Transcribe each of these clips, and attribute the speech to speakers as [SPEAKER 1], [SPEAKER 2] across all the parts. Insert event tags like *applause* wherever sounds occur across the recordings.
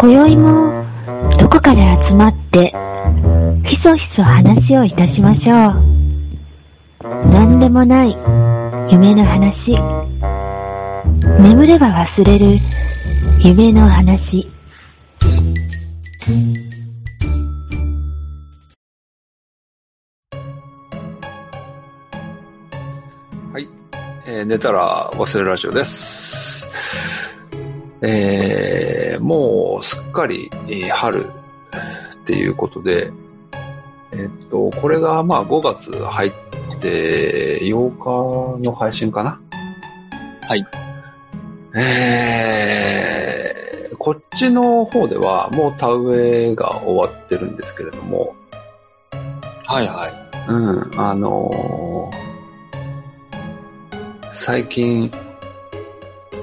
[SPEAKER 1] 今宵もどこかで集まってひそひそ話をいたしましょう何でもない夢の話眠れば忘れる夢の話
[SPEAKER 2] はい。えー寝たら忘れるラジオです。えーもうすっかりえー春っていうことで、えっと、これがまあ5月入って8日の配信かな
[SPEAKER 3] はい。
[SPEAKER 2] えーこっちの方ではもう田植えが終わってるんですけれども、
[SPEAKER 3] はいはい。
[SPEAKER 2] うん、あのー最近、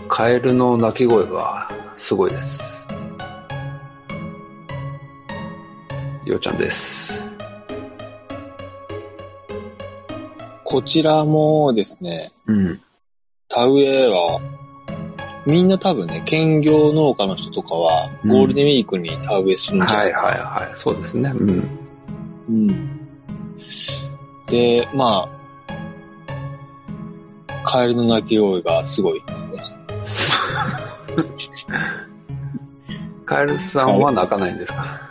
[SPEAKER 2] カエルの鳴き声がすごいです。ようちゃんです。
[SPEAKER 3] こちらもですね、
[SPEAKER 2] うん。
[SPEAKER 3] 田植えは、みんな多分ね、兼業農家の人とかは、
[SPEAKER 2] うん
[SPEAKER 3] ゴールデンウィークに田植えするんじゃ
[SPEAKER 2] は
[SPEAKER 3] ない
[SPEAKER 2] はい
[SPEAKER 3] いかな。
[SPEAKER 2] はい。そうですね。うん。
[SPEAKER 3] うん。で、まあ、カエルの鳴き声がすごいですね。
[SPEAKER 2] カエルさんは鳴かないんですか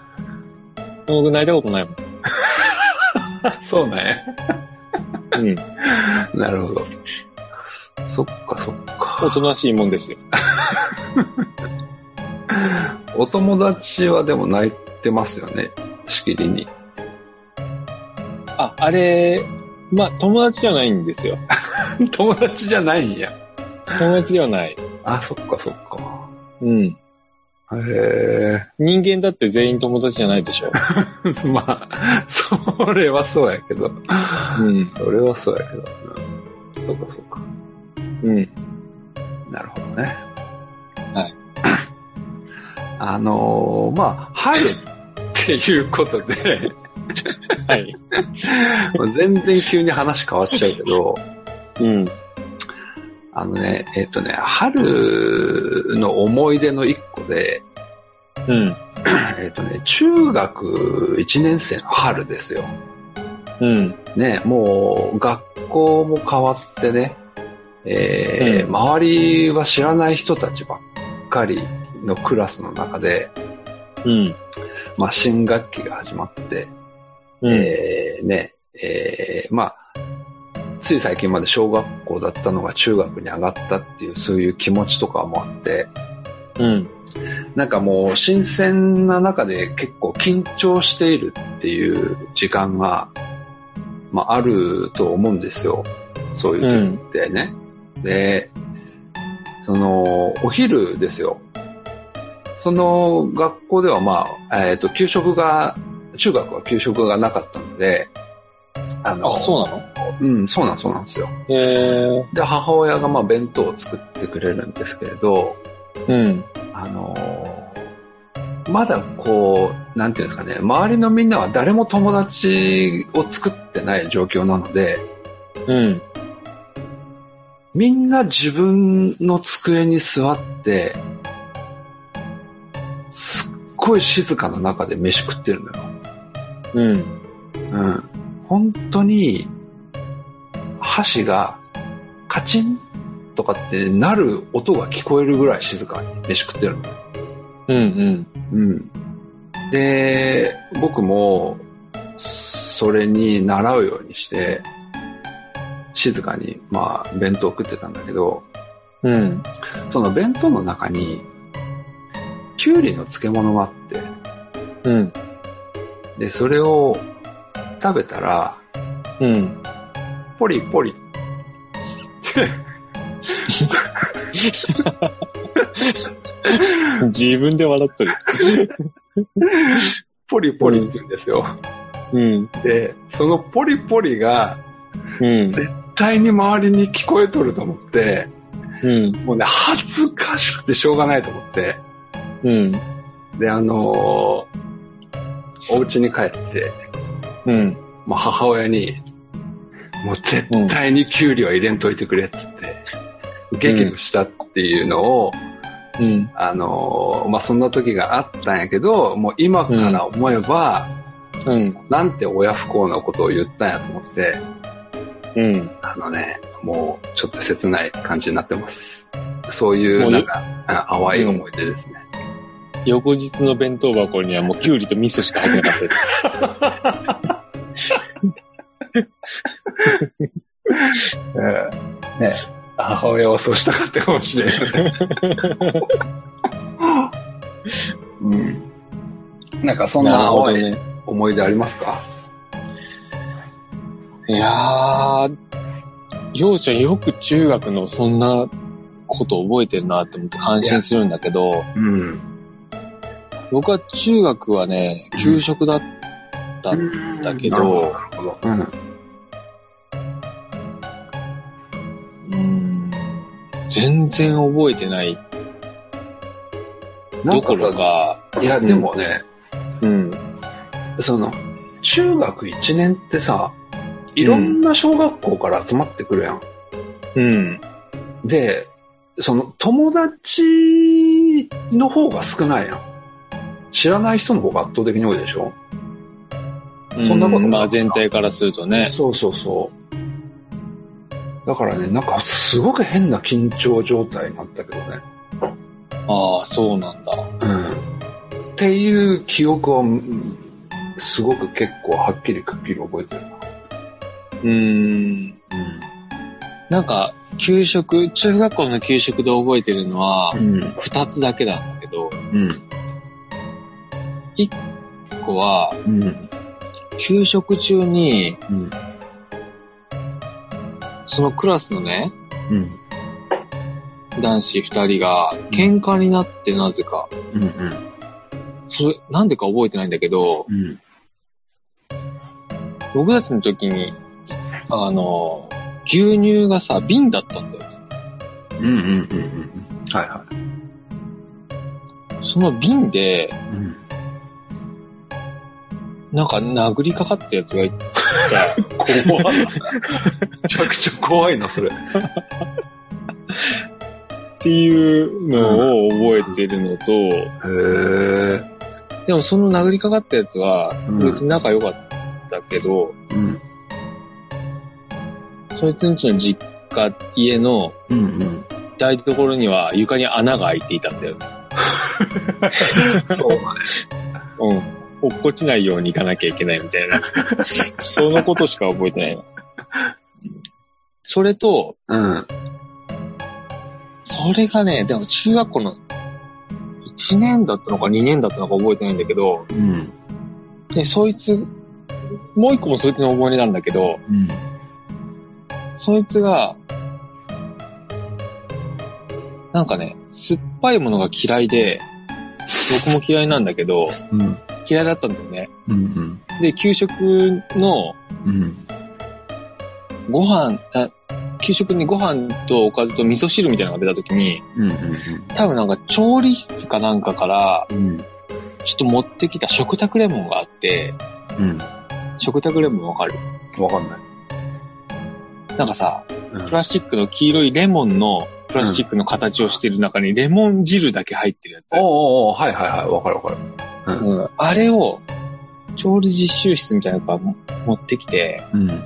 [SPEAKER 3] 僕泣いたことないもん。
[SPEAKER 2] *laughs* そうね。
[SPEAKER 3] うん。
[SPEAKER 2] なるほど。そっかそっ
[SPEAKER 3] お
[SPEAKER 2] か。
[SPEAKER 3] となしいもんですよ。
[SPEAKER 2] お友達はでも泣いてますよね。しきりに。
[SPEAKER 3] あ、あれ、まあ、友達じゃないんですよ。
[SPEAKER 2] *laughs* 友達じゃないんや。
[SPEAKER 3] 友達ではない。
[SPEAKER 2] あ、そっかそっか。
[SPEAKER 3] うん。
[SPEAKER 2] へえ。
[SPEAKER 3] 人間だって全員友達じゃないでしょ。
[SPEAKER 2] まあ、それはそうやけど。
[SPEAKER 3] うん。
[SPEAKER 2] それはそうやけど。うんそうか、そうか。
[SPEAKER 3] うん。
[SPEAKER 2] なるほどね。
[SPEAKER 3] はい。
[SPEAKER 2] *coughs* あのーまあ、春っていうことで、
[SPEAKER 3] はい。
[SPEAKER 2] まあ全然急に話変わっちゃうけ *laughs* ど、
[SPEAKER 3] うん。
[SPEAKER 2] あのね、えっ、とね、春の思い出の一個で、
[SPEAKER 3] うん。
[SPEAKER 2] えっ、とね、中学1年生の春ですよ。
[SPEAKER 3] うん。
[SPEAKER 2] ね、もう学校も変わってね、えー
[SPEAKER 3] うん
[SPEAKER 2] 周りは知らない人たちばっかりのクラスの中で、
[SPEAKER 3] うん。
[SPEAKER 2] まあ、新学期が始まって、
[SPEAKER 3] うん。
[SPEAKER 2] えーね、えーまあ、つい最近まで小学校だったのが中学に上がったっていう、そういう気持ちとかもあって、
[SPEAKER 3] うん。
[SPEAKER 2] なんかもう新鮮な中で結構緊張しているっていう時間が、まあ、あると思うんですよ。そういう時ってね。で、その、お昼ですよ。その学校ではまあ、えっ、と、給食が、中学は給食がなかったので、あの、
[SPEAKER 3] あ、そうな
[SPEAKER 2] うん、そうなん、そうなんですよ。
[SPEAKER 3] のえ
[SPEAKER 2] で、母親がまあ弁当を作ってくれるんですけれど、
[SPEAKER 3] ー。うん。
[SPEAKER 2] あのーまだこう、なんていうんですかね、周りのみんなは誰も友達を作ってない状況なので、
[SPEAKER 3] うん。
[SPEAKER 2] みんな自分の机に座って、すっごい静かな中で飯食ってるのよ。
[SPEAKER 3] うん。
[SPEAKER 2] うん。本当に、箸がカチンとかってなる音が聞こえるぐらい静かに飯食ってるの。
[SPEAKER 3] うん。
[SPEAKER 2] うん。で、僕も、それに習うようにして、静かに、まあ、弁当を食ってたんだけど、
[SPEAKER 3] うん。うん。
[SPEAKER 2] その弁当の中に、きゅうりの漬物があって、
[SPEAKER 3] うん。
[SPEAKER 2] で、それを食べたら、
[SPEAKER 3] うん。
[SPEAKER 2] ポリポリって
[SPEAKER 3] 自分で笑っとる。
[SPEAKER 2] ポリポリって言うんですよ。
[SPEAKER 3] うん。
[SPEAKER 2] で、そのポリポリが、
[SPEAKER 3] うん。
[SPEAKER 2] 絶対に周りに聞こえとると思って、
[SPEAKER 3] うん。
[SPEAKER 2] もうね、恥ずかしくてしょうがないと思って、
[SPEAKER 3] うん。
[SPEAKER 2] で、あのーお家に帰って、
[SPEAKER 3] うん。
[SPEAKER 2] もう母親に、もう絶対に給料入れんといてくれっつって、激怒したっていうのを、
[SPEAKER 3] うん。
[SPEAKER 2] あのーまあ、そんな時があったんやけど、もう今から思えば、
[SPEAKER 3] うん。
[SPEAKER 2] なんて親不幸なことを言ったんやと思って、
[SPEAKER 3] うん。
[SPEAKER 2] あのね、もうちょっと切ない感じになってます。そうい
[SPEAKER 3] も
[SPEAKER 2] う、な
[SPEAKER 3] う
[SPEAKER 2] ん
[SPEAKER 3] ね
[SPEAKER 2] か、うん淡い思い出ですね。
[SPEAKER 3] 翌日の弁当箱にはもうキュウリと味噌しか入ってなかったです。
[SPEAKER 2] うんね母親はそうしたかったかもしれない、うん。なんかそんな淡い
[SPEAKER 3] ね。
[SPEAKER 2] 思い出ありますか
[SPEAKER 3] いやー、ようちゃんよく中学のそんなこと覚えてるなって思って感心するんだけど、
[SPEAKER 2] うん。
[SPEAKER 3] 僕は中学はね、給食だった。だけど
[SPEAKER 2] なるほど。なるほど
[SPEAKER 3] うん全然覚えてない
[SPEAKER 2] な
[SPEAKER 3] ど
[SPEAKER 2] ん
[SPEAKER 3] こ
[SPEAKER 2] か
[SPEAKER 3] ろ
[SPEAKER 2] さ、
[SPEAKER 3] か、
[SPEAKER 2] いや、でもね、
[SPEAKER 3] うん。
[SPEAKER 2] その、中学1年ってさ、いろんな小学校から集まってくるやん。
[SPEAKER 3] うん。
[SPEAKER 2] で、その、友達の方が少ないやん。知らない人の方が圧倒的に多いでしょそんなこと
[SPEAKER 3] うまあ全体からするとね。
[SPEAKER 2] そうそうそう。だからね、なんかすごく変な緊張状態になったけどね。
[SPEAKER 3] ああ、そうなんだ。
[SPEAKER 2] うん。っていう記憶は、うんすごく結構はっきりくっきり覚えてるな。
[SPEAKER 3] うん。なんか、給食、中学校の給食で覚えてるのは、
[SPEAKER 2] うん。
[SPEAKER 3] 二つだけなんだけど、
[SPEAKER 2] うん。
[SPEAKER 3] 一個は、
[SPEAKER 2] うん。
[SPEAKER 3] 給食中に、
[SPEAKER 2] うん。
[SPEAKER 3] そのクラスのね、
[SPEAKER 2] うん。
[SPEAKER 3] 男子二人が、喧嘩になってなぜか、
[SPEAKER 2] うん。
[SPEAKER 3] それ、なんでか覚えてないんだけど、
[SPEAKER 2] うん。
[SPEAKER 3] 僕たちの時に、あの、牛乳がさ、瓶だったんだよね。
[SPEAKER 2] うん。うん。うん。うん。はいは
[SPEAKER 3] その瓶で、
[SPEAKER 2] い。うん。
[SPEAKER 3] なんか殴りかかったやつがいて、
[SPEAKER 2] 怖っ。めちゃくちゃ怖いな、それ。
[SPEAKER 3] っていうのを覚えてるのと、
[SPEAKER 2] へえ。
[SPEAKER 3] でもその殴りかかったやつは
[SPEAKER 2] うん、
[SPEAKER 3] 別に仲良かったけど、
[SPEAKER 2] うん。
[SPEAKER 3] そいつんちの実家、家の
[SPEAKER 2] うんうん。
[SPEAKER 3] 台所には床に穴が開いていたんだよ。
[SPEAKER 2] そうだね。
[SPEAKER 3] うん。落っこちないように行かなきゃいけないみたいな。そのことしか覚えてないな。それと、
[SPEAKER 2] うん。
[SPEAKER 3] それがね、でも中学校の1年だったのか2年だったのか覚えてないんだけど、
[SPEAKER 2] うん。
[SPEAKER 3] で、そいつ、もう一個もそいつの思い出なんだけど、
[SPEAKER 2] うん。
[SPEAKER 3] そいつが、なんかね、酸っぱいものが嫌いで、僕も嫌いなんだけど、
[SPEAKER 2] うん。
[SPEAKER 3] 嫌いだったんだよね。
[SPEAKER 2] うん。
[SPEAKER 3] で、給食の
[SPEAKER 2] うん。
[SPEAKER 3] ご飯、あ給食にご飯とおかずと味噌汁みたいなのが出た時に、
[SPEAKER 2] うん。
[SPEAKER 3] 多分なんか調理室かなんかから、
[SPEAKER 2] うん。
[SPEAKER 3] ちょっと持ってきた食卓レモンがあって、
[SPEAKER 2] うん。
[SPEAKER 3] 食卓レモンわかる
[SPEAKER 2] わかんない。
[SPEAKER 3] なんかさ、
[SPEAKER 2] うん
[SPEAKER 3] プラスチックの黄色いレモンの、プラスチックの形をしてる中にレモン汁だけ入ってるやつ。
[SPEAKER 2] おうおうおうはいはいはい、わかるわかる。
[SPEAKER 3] うん、あれを、調理実習室みたいなのからも持ってきて、
[SPEAKER 2] うん。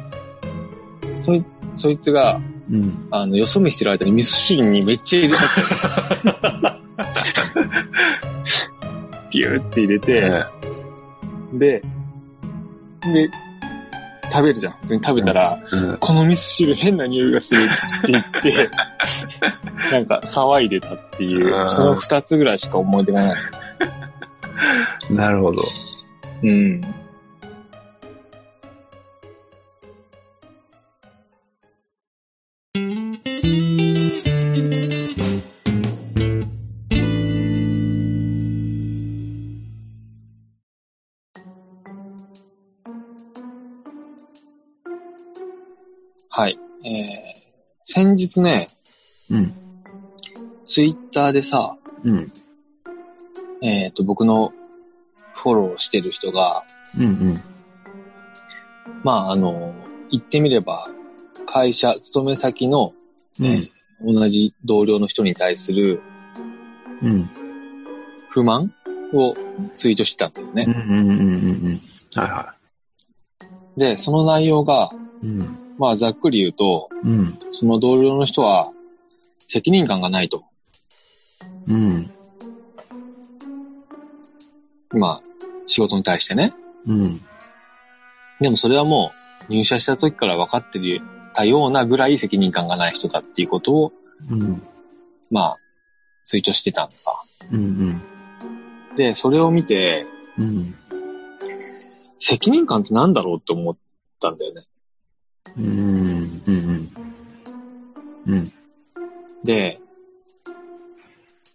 [SPEAKER 3] そい、そいつが、
[SPEAKER 2] うん。
[SPEAKER 3] あの、よそ見してる間に味噌汁にめっちゃ入れた
[SPEAKER 2] *laughs*
[SPEAKER 3] んだよピューって入れて、で、で、食べるじゃん。普通に食べたら、
[SPEAKER 2] うん。
[SPEAKER 3] この味噌汁変な匂いがするって言って、なんか騒いでたっていうう、
[SPEAKER 2] ん
[SPEAKER 3] その二つぐらいしか思い出がない。
[SPEAKER 2] なるほど。
[SPEAKER 3] うん。はい。えー、先日ね、
[SPEAKER 2] うん。
[SPEAKER 3] ツイッターでさ、
[SPEAKER 2] うん。
[SPEAKER 3] えっ、と、僕のフォローしてる人が、
[SPEAKER 2] うん。
[SPEAKER 3] まあ、あの、言ってみれば、会社、勤め先の、
[SPEAKER 2] うん。
[SPEAKER 3] 同じ同僚の人に対する
[SPEAKER 2] うん。
[SPEAKER 3] 不満をツイートしてたんだよ
[SPEAKER 2] う
[SPEAKER 3] ね。
[SPEAKER 2] んうんうんうんうん。はいは
[SPEAKER 3] で、その内容が、
[SPEAKER 2] い。うん。
[SPEAKER 3] まあざっくり言うと、
[SPEAKER 2] うん。
[SPEAKER 3] その同僚の人は責任感がないと。
[SPEAKER 2] うん。
[SPEAKER 3] まあ、仕事に対してね。
[SPEAKER 2] うん。
[SPEAKER 3] でもそれはもう入社した時から分かってるたようなぐらい責任感がない人だっていうことを、
[SPEAKER 2] うん。
[SPEAKER 3] まあ、ツイートしてたのさ。
[SPEAKER 2] うん。
[SPEAKER 3] で、それを見て、
[SPEAKER 2] うん。
[SPEAKER 3] 責任感ってなんだろうって思ったんだよね。
[SPEAKER 2] うん。うん。うん。うん。
[SPEAKER 3] で、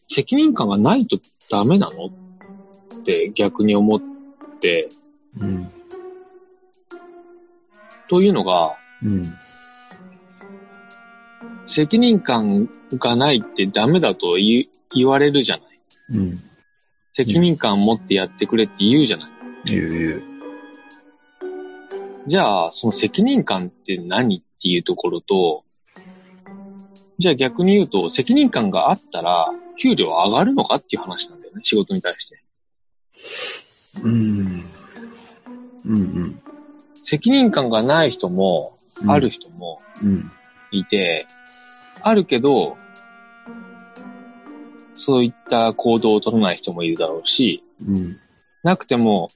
[SPEAKER 3] 責任感がないとダメなのって逆に思って、
[SPEAKER 2] うん。
[SPEAKER 3] というのが、
[SPEAKER 2] うん。
[SPEAKER 3] 責任感がないってダメだと言い言われるじゃない。
[SPEAKER 2] うん。
[SPEAKER 3] 責任感持ってやってくれって言うじゃない。
[SPEAKER 2] ゆうゆ
[SPEAKER 3] じゃあ、その責任感って何っていうところと、じゃあ逆に言うと、責任感があったら、給料上がるのかっていう話なんだよね、仕事に対して。
[SPEAKER 2] う。うん。うん。
[SPEAKER 3] 責任感がない人も、
[SPEAKER 2] うん。
[SPEAKER 3] ある。人も
[SPEAKER 2] うん。
[SPEAKER 3] いて、あるけど、そういった行動を取らない人もいるだろうし、
[SPEAKER 2] うん。
[SPEAKER 3] なくても、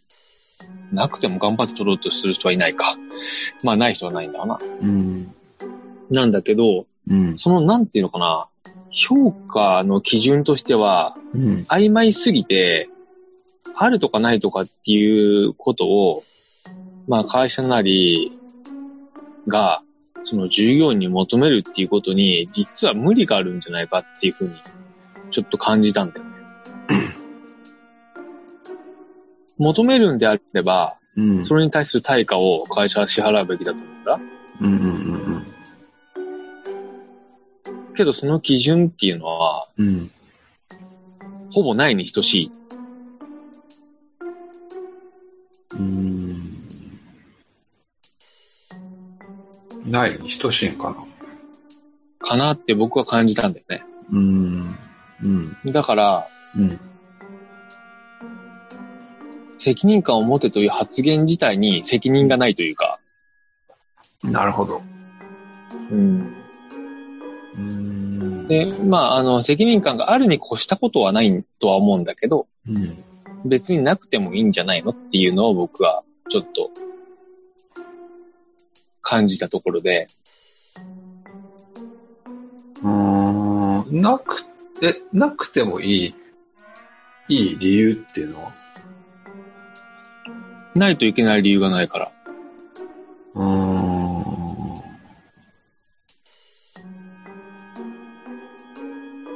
[SPEAKER 3] なくても頑張って取ろうとする人はいないか。まあ、ない人はないんだろうな。
[SPEAKER 2] うん。
[SPEAKER 3] なんだけど、
[SPEAKER 2] うん。
[SPEAKER 3] その、なんていうのかな、評価の基準としては、
[SPEAKER 2] うん。
[SPEAKER 3] 曖昧すぎて、あるとかないとかっていうことを、まあ会社なりが、その従業員に求めるっていうことに、実は無理があるんじゃないかっていうふうに、ちょっと感じたんだよね。求めるんであれば、
[SPEAKER 2] うん。
[SPEAKER 3] それに対する対価を会社は支払うべきだと思うんだ。
[SPEAKER 2] うん。うん。
[SPEAKER 3] けどその基準っていうのは、
[SPEAKER 2] うん。
[SPEAKER 3] ほぼないに等しい。
[SPEAKER 2] うん。ないに等しいんかな。
[SPEAKER 3] かなって僕は感じたんだよね。
[SPEAKER 2] うん。うん。
[SPEAKER 3] だから、
[SPEAKER 2] うん。
[SPEAKER 3] 責任感を持てという発言自体に責任がないというか、
[SPEAKER 2] なるほど。
[SPEAKER 3] うん。
[SPEAKER 2] うん
[SPEAKER 3] で、まあ、あの、責任感があるに越したことはないとは思うんだけど、
[SPEAKER 2] うん。
[SPEAKER 3] 別になくてもいいんじゃないのっていうのを僕はちょっと感じたところで、
[SPEAKER 2] うーんなくて、なくてもいい、いい理由っていうのは。
[SPEAKER 3] ないといけない理由がないから。
[SPEAKER 2] うーん。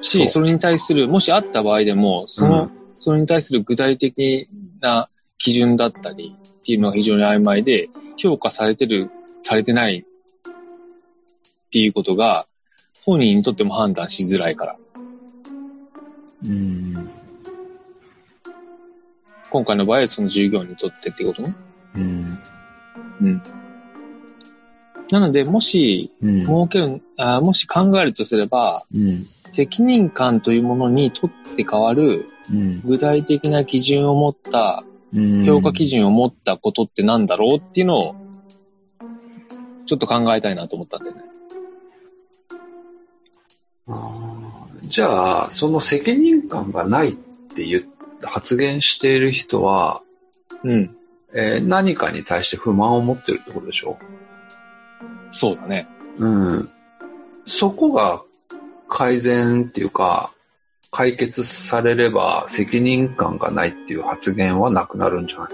[SPEAKER 2] そう
[SPEAKER 3] し、それに対する、もしあった場合でも、その、
[SPEAKER 2] うん
[SPEAKER 3] それに対する具体的な基準だったりっていうのは非常に曖昧で、評価されてる、されてないっていうことが、本人にとっても判断しづらいから。
[SPEAKER 2] うん。
[SPEAKER 3] 今回の場合はその従業員にとってっていうことね。
[SPEAKER 2] うん。
[SPEAKER 3] うん。なので、もし、
[SPEAKER 2] うん。
[SPEAKER 3] 儲ける、あーもし考えるとすれば、
[SPEAKER 2] うん。
[SPEAKER 3] 責任感というものにとって変わる
[SPEAKER 2] うん。
[SPEAKER 3] 具体的な基準を持った
[SPEAKER 2] うん。
[SPEAKER 3] 評価基準を持ったことってなんだろうっていうのを、ちょっと考えたいなと思ったんだよね。
[SPEAKER 2] あーじゃあ、その責任感がないって言って発言している人は、
[SPEAKER 3] うん。
[SPEAKER 2] えー何かに対して不満を持ってるってことでしょ
[SPEAKER 3] そうだね。
[SPEAKER 2] うん。そこが改善っていうか、解決されれば責任感がないっていう発言はなくなるんじゃない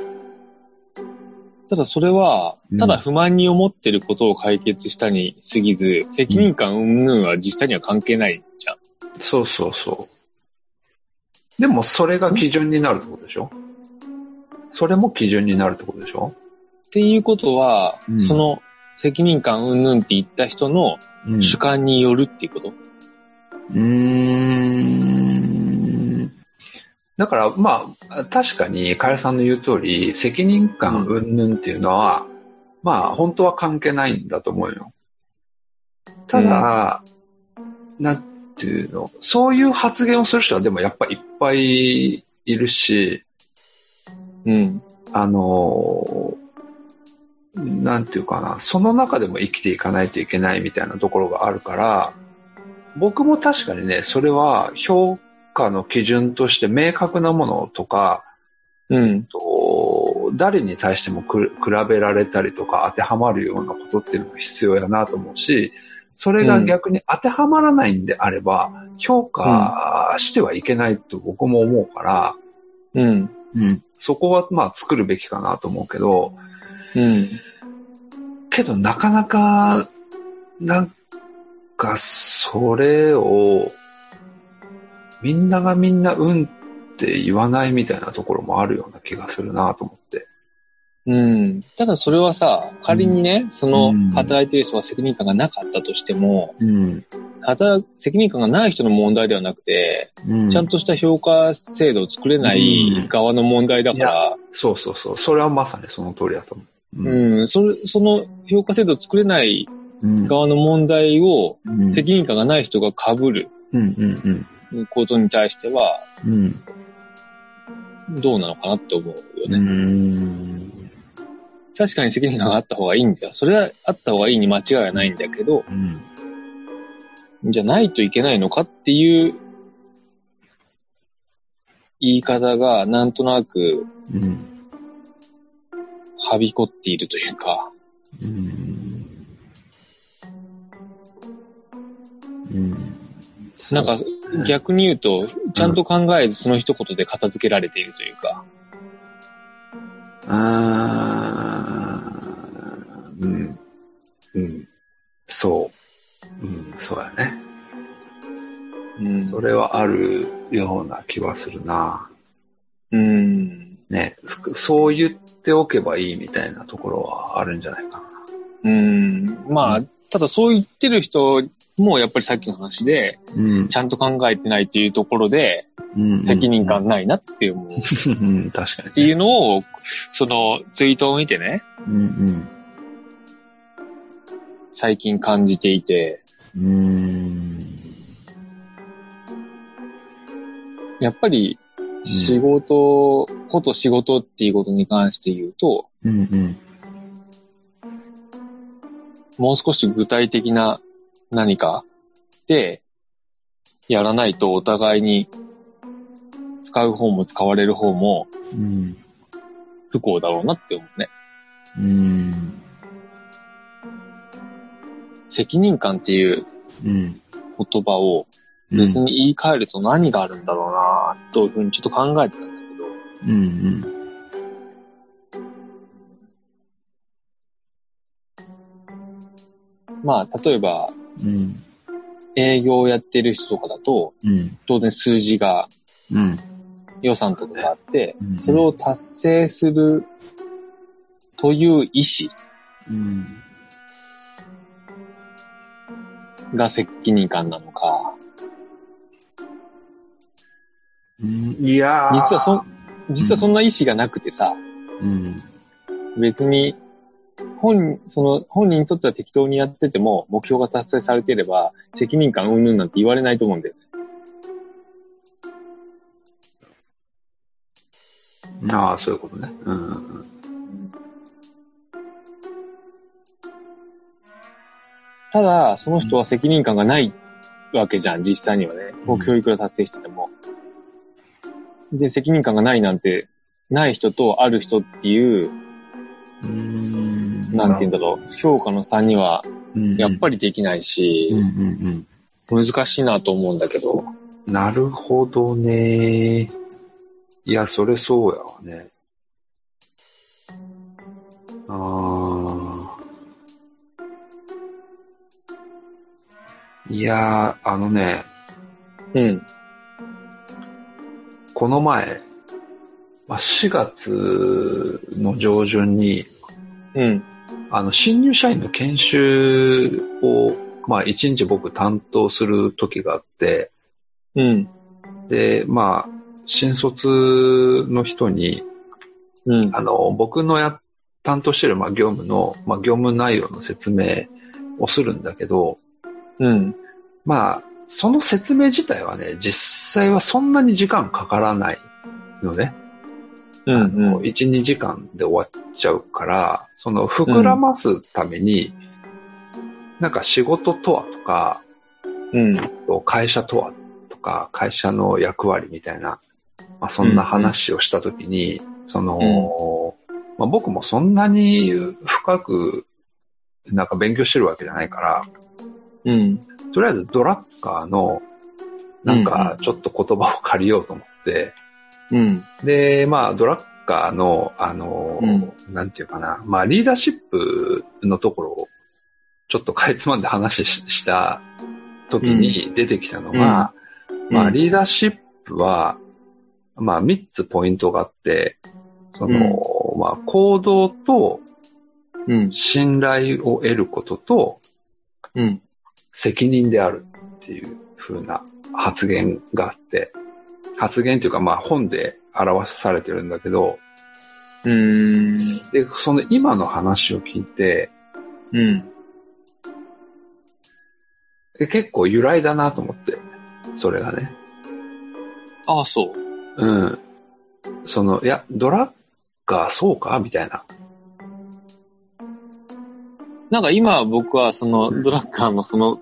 [SPEAKER 3] ただそれは
[SPEAKER 2] うん、
[SPEAKER 3] ただ不満に思ってることを解決したに過ぎず、責任感云々は実際には関係ないじゃん。
[SPEAKER 2] そうそうそう。でもそれが基準になるってことでしょそれも基準になるってことでしょ
[SPEAKER 3] っていうことは、
[SPEAKER 2] うん
[SPEAKER 3] その責任感云々って言った人の
[SPEAKER 2] うん
[SPEAKER 3] 主観によるっていうこと。
[SPEAKER 2] うーんだから、まあ、確かに、カエルさんの言う通り、責任感云々っていうのは、まあ、本当は関係ないんだと思うよ。ただ、な、ていうの、そういう発言をする人はでもやっぱいっぱいいるし、
[SPEAKER 3] うん。
[SPEAKER 2] あの、なんていうかな、その中でも生きていかないといけないみたいなところがあるから、僕も確かにね、それは評価の基準として明確なものとか、
[SPEAKER 3] うん。
[SPEAKER 2] と誰に対してもく比べられたりとか当てはまるようなことっていうのが必要やなと思うし、それが逆に当てはまらないんであれば、評価してはいけないと僕も思うから、
[SPEAKER 3] うん。
[SPEAKER 2] うん、そこはまあ作るべきかなと思うけど、
[SPEAKER 3] うん。
[SPEAKER 2] けどなかなか、なんかそれを、みんながみんなうんって言わないみたいなところもあるような気がするなと思って。
[SPEAKER 3] うん。ただそれはさ、仮にね、その
[SPEAKER 2] うん
[SPEAKER 3] 働いてる人は責任感がなかったとしても、
[SPEAKER 2] うん。
[SPEAKER 3] 働く、責任感がない人の問題ではなくて、
[SPEAKER 2] うん、
[SPEAKER 3] ちゃんとした評価制度を作れない側の問題だから、
[SPEAKER 2] そうそうそう。それはまさにその通りだと思う。うん。
[SPEAKER 3] うん、それ、その評価制度を作れない
[SPEAKER 2] うん。
[SPEAKER 3] 側の問題を
[SPEAKER 2] うん。
[SPEAKER 3] 責任感がない人が被る
[SPEAKER 2] うん。うん。
[SPEAKER 3] ことに対しては、
[SPEAKER 2] うん。
[SPEAKER 3] どうなのかなって思うよ
[SPEAKER 2] う
[SPEAKER 3] ね。
[SPEAKER 2] ん。
[SPEAKER 3] 確かに責任感があった方がいいんだ。それはあった方がいいに間違いはないんだけど、
[SPEAKER 2] うん。
[SPEAKER 3] じゃないといけないのかっていう言い方がなんとなく
[SPEAKER 2] うん。
[SPEAKER 3] はびこっているというか、
[SPEAKER 2] うん。うん。
[SPEAKER 3] なんか逆に言うと、ちゃんと考えずその一言で片付けられているというか、
[SPEAKER 2] あーうん。うん。そう。うん、そうやね。
[SPEAKER 3] うん。
[SPEAKER 2] それはあるような気はするな。
[SPEAKER 3] うん。
[SPEAKER 2] ね、そそう言っておけばいいみたいなところはあるんじゃないかな。
[SPEAKER 3] うん。まあ、ただそう言ってる人もやっぱりさっきの話で、
[SPEAKER 2] うん
[SPEAKER 3] ち。ゃんと考えてないというところで、
[SPEAKER 2] うん
[SPEAKER 3] 責任感。ないなっていう、っ
[SPEAKER 2] うん、確かにね。って
[SPEAKER 3] いうのを、そのツイートを見てね、
[SPEAKER 2] うん、
[SPEAKER 3] 最近感じていて、
[SPEAKER 2] うん。う
[SPEAKER 3] やっぱり仕事、こと仕事っていうことに関して言うと、
[SPEAKER 2] ーん。うん、うん。
[SPEAKER 3] もう少し具体的な何かで、やらないとお互いに使う方も使われる方も
[SPEAKER 2] うん。
[SPEAKER 3] 不幸だろうなって思うね。
[SPEAKER 2] うん。
[SPEAKER 3] 責任感っていう
[SPEAKER 2] うん。
[SPEAKER 3] 言葉を別に言い換えると何があるんだろうなというふうにちょっと考えてたんだけど、
[SPEAKER 2] うん、うん。
[SPEAKER 3] まあ、例えば、
[SPEAKER 2] うん。
[SPEAKER 3] 営業をやってる人とかだと、
[SPEAKER 2] うん。
[SPEAKER 3] 当然数字が、
[SPEAKER 2] うん。
[SPEAKER 3] 予算とかがあって
[SPEAKER 2] う、ん
[SPEAKER 3] それを達成するという意思
[SPEAKER 2] うん。
[SPEAKER 3] が責任感なのか、
[SPEAKER 2] うんいやー。
[SPEAKER 3] 実はそ、実はそんな意思がなくてさ、
[SPEAKER 2] うん。
[SPEAKER 3] 別に、本、その、本人にとっては適当にやってても、目標が達成されてれば、責任感うんぬんなんて言われないと思うんだよね。
[SPEAKER 2] ああ、そういうことね。うんうん。
[SPEAKER 3] ただ、その人は責任感がないわけじゃん、実際にはね。目標いくら達成してても。で、責任感がないなんて、ない人とある人っていう、
[SPEAKER 2] うん。
[SPEAKER 3] なんて言うんだろう、評価の差には、
[SPEAKER 2] うん。
[SPEAKER 3] やっぱ
[SPEAKER 2] り。
[SPEAKER 3] りできないし
[SPEAKER 2] うん、うん
[SPEAKER 3] 難しいなと思うんだけど。
[SPEAKER 2] うん。なるほどね。いや、それそうやわね。ああ。いやー、あのね、
[SPEAKER 3] うん。
[SPEAKER 2] この前、まあ4月の上旬に、
[SPEAKER 3] うん。
[SPEAKER 2] あの、新入社員の研修を、まあ、一日僕担当する時があって、
[SPEAKER 3] うん。
[SPEAKER 2] で、まあ、新卒の人に、
[SPEAKER 3] うん。
[SPEAKER 2] あの、僕のや、担当してる、まあ、業務の、まあ、業務内容の説明をするんだけど、
[SPEAKER 3] うん。
[SPEAKER 2] まあ、その説明自体はね、実際はそんなに時間かからないのね。
[SPEAKER 3] うんうん
[SPEAKER 2] もう1、2時間で終わっちゃうから、その膨らますために、なんか仕事とはとか、
[SPEAKER 3] うん。
[SPEAKER 2] 会社とはとか、会社の役割みたいな、まあ、そんな話をしたときに、その、まあ、僕もそんなに深く、なんか勉強してるわけじゃないから、
[SPEAKER 3] うん。
[SPEAKER 2] とりあえずドラッカーの、なんかちょっと言葉を借りようと思って、
[SPEAKER 3] うん。
[SPEAKER 2] で、まあ、ドラッカーの、あの、なんていうかな、まあ、リーダーシップのところを、ちょっとかいつまんで話しした時に出てきたのが、まあ、リーダーシップは、まあ、3つポイントがあって、その、まあ、行動と
[SPEAKER 3] うん。
[SPEAKER 2] 信頼を得ることと
[SPEAKER 3] うん。
[SPEAKER 2] 責任であるっていう風な発言があって、発言というか、まあ、本で表されてるんだけど、
[SPEAKER 3] うん。
[SPEAKER 2] で、その今の話を聞いて、
[SPEAKER 3] うん。
[SPEAKER 2] え結構由来だなと思って、それがね。
[SPEAKER 3] ああ、そう。
[SPEAKER 2] うん。その、いや、ドラッカーそうかみたいな。
[SPEAKER 3] なんか今僕はそのドラッカーのその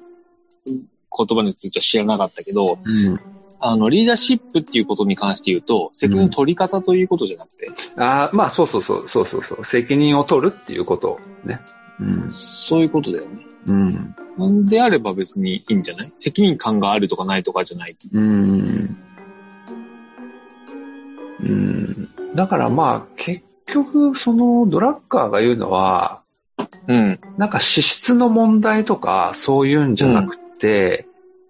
[SPEAKER 3] 言葉については知らなかったけど、
[SPEAKER 2] うん。
[SPEAKER 3] あの、リーダーシップっていうことに関して言うと、責任取り方ということじゃなくて、
[SPEAKER 2] あーまあ、そうそうそう、そうそうそう。責任を取るっていうことね。うん。
[SPEAKER 3] そういうことだよね。
[SPEAKER 2] うん。
[SPEAKER 3] なんであれば別にいいんじゃない責任感があるとかないとかじゃない。
[SPEAKER 2] うん。うん。だからまあ、結局、その、ドラッカーが言うのは、
[SPEAKER 3] うん。
[SPEAKER 2] なんか資質の問題とか、そういうんじゃなくて、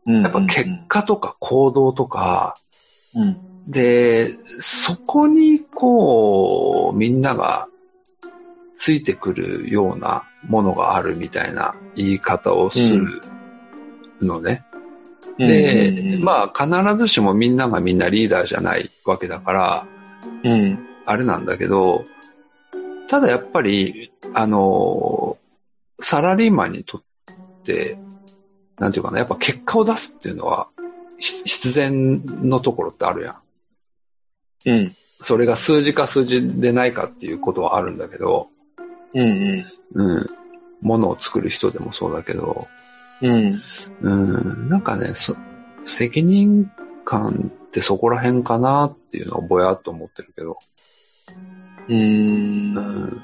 [SPEAKER 3] うん。
[SPEAKER 2] やっぱ結果とか行動とか、
[SPEAKER 3] うん。
[SPEAKER 2] で、そこにこう、みんながついてくるようなものがあるみたいな言い方をするのね。で、まあ必ずしもみんながみんなリーダーじゃないわけだから、
[SPEAKER 3] あ、うん。
[SPEAKER 2] あれなんだけど、ただやっぱり、あの、サラリーマンにとって、なんていうかな、やっぱ結果を出すっていうのは、必必然のところってあるやん。
[SPEAKER 3] うん。
[SPEAKER 2] それが数字か数字でないかっていうことはあるんだけど、
[SPEAKER 3] うん。
[SPEAKER 2] うん。ものを作る人でもそうだけど、
[SPEAKER 3] うん。
[SPEAKER 2] うん。なんかね、そ責任感ってそこら辺かなっていうのをぼやっと思ってるけど、
[SPEAKER 3] うん
[SPEAKER 2] う。ん。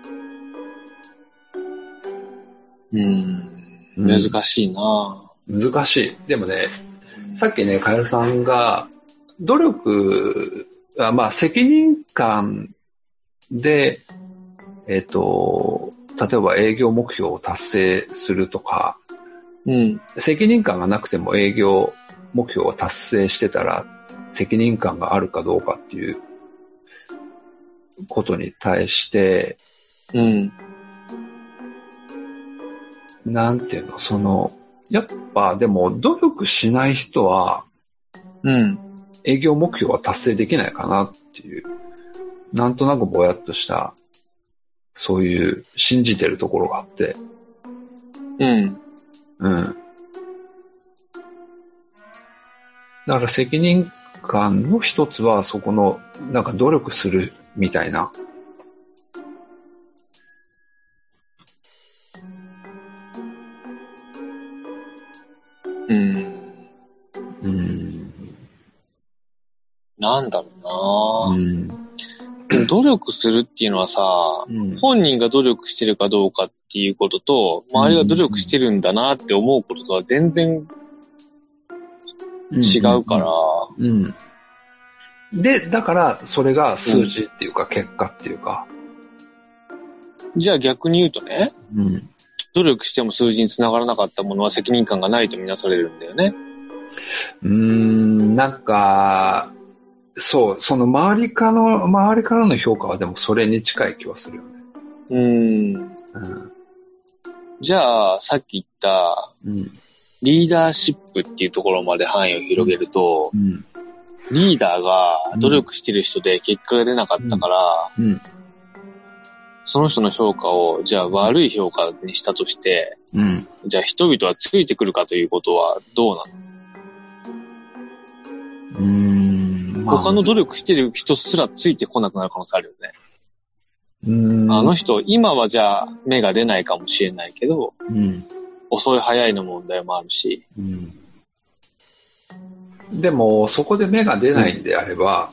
[SPEAKER 3] うん。難しいな
[SPEAKER 2] 難しい。でもね、さっきね、カエルさんが、努力、あまあ、責任感で、えっ、と、例えば営業目標を達成するとか、
[SPEAKER 3] うん。
[SPEAKER 2] 責任感がなくても営業目標を達成してたら、責任感があるかどうかっていうことに対して、
[SPEAKER 3] うん。
[SPEAKER 2] なんていうの、その、やっぱでも努力しない人は
[SPEAKER 3] うん。
[SPEAKER 2] 営業目標は達成できないかなっていう、なんとなくぼやっとした、そういう信じてるところがあって、
[SPEAKER 3] うん。
[SPEAKER 2] うん。だから責任感の一つは、そこの、なんか努力するみたいな。
[SPEAKER 3] うん。
[SPEAKER 2] うん。
[SPEAKER 3] なんだろう
[SPEAKER 2] う
[SPEAKER 3] な、
[SPEAKER 2] ん。
[SPEAKER 3] 努力するっていうのはさ、
[SPEAKER 2] うん
[SPEAKER 3] 本人が努力してるかどうかっていうことと、周りが努力してるんだなって思うこととは全然違うから、
[SPEAKER 2] うん。で、だから、それが数字っていうか、結果っていうか。
[SPEAKER 3] じゃあ逆に言うとね、
[SPEAKER 2] うん。
[SPEAKER 3] 努力しても数字につながらなかったものは責任感がないとみなされるんだよね。
[SPEAKER 2] うーん、なんか、そう、その周りからの、周りからの評価はでもそれに近い気はするよね。
[SPEAKER 3] うん。
[SPEAKER 2] うん。
[SPEAKER 3] じゃあ、さっき言った、
[SPEAKER 2] うん。
[SPEAKER 3] リーダーシップっていうところまで範囲を広げると、
[SPEAKER 2] うん。
[SPEAKER 3] リーダーが努力してる人で結果が出なかったから、
[SPEAKER 2] うん。
[SPEAKER 3] その人の評価を、じゃあ悪い評価にしたとして、
[SPEAKER 2] うん。
[SPEAKER 3] じゃあ人々はついてくるかということはどうなの
[SPEAKER 2] うーん。まあ
[SPEAKER 3] 他の努力してる人すらついてこなくなる可能性あるよね。
[SPEAKER 2] うーん。
[SPEAKER 3] あの人、今はじゃあ目が出ないかもしれないけど、
[SPEAKER 2] うん。
[SPEAKER 3] 遅い早いの問題もあるし、
[SPEAKER 2] うん。でも、そこで芽が出ないんであれば、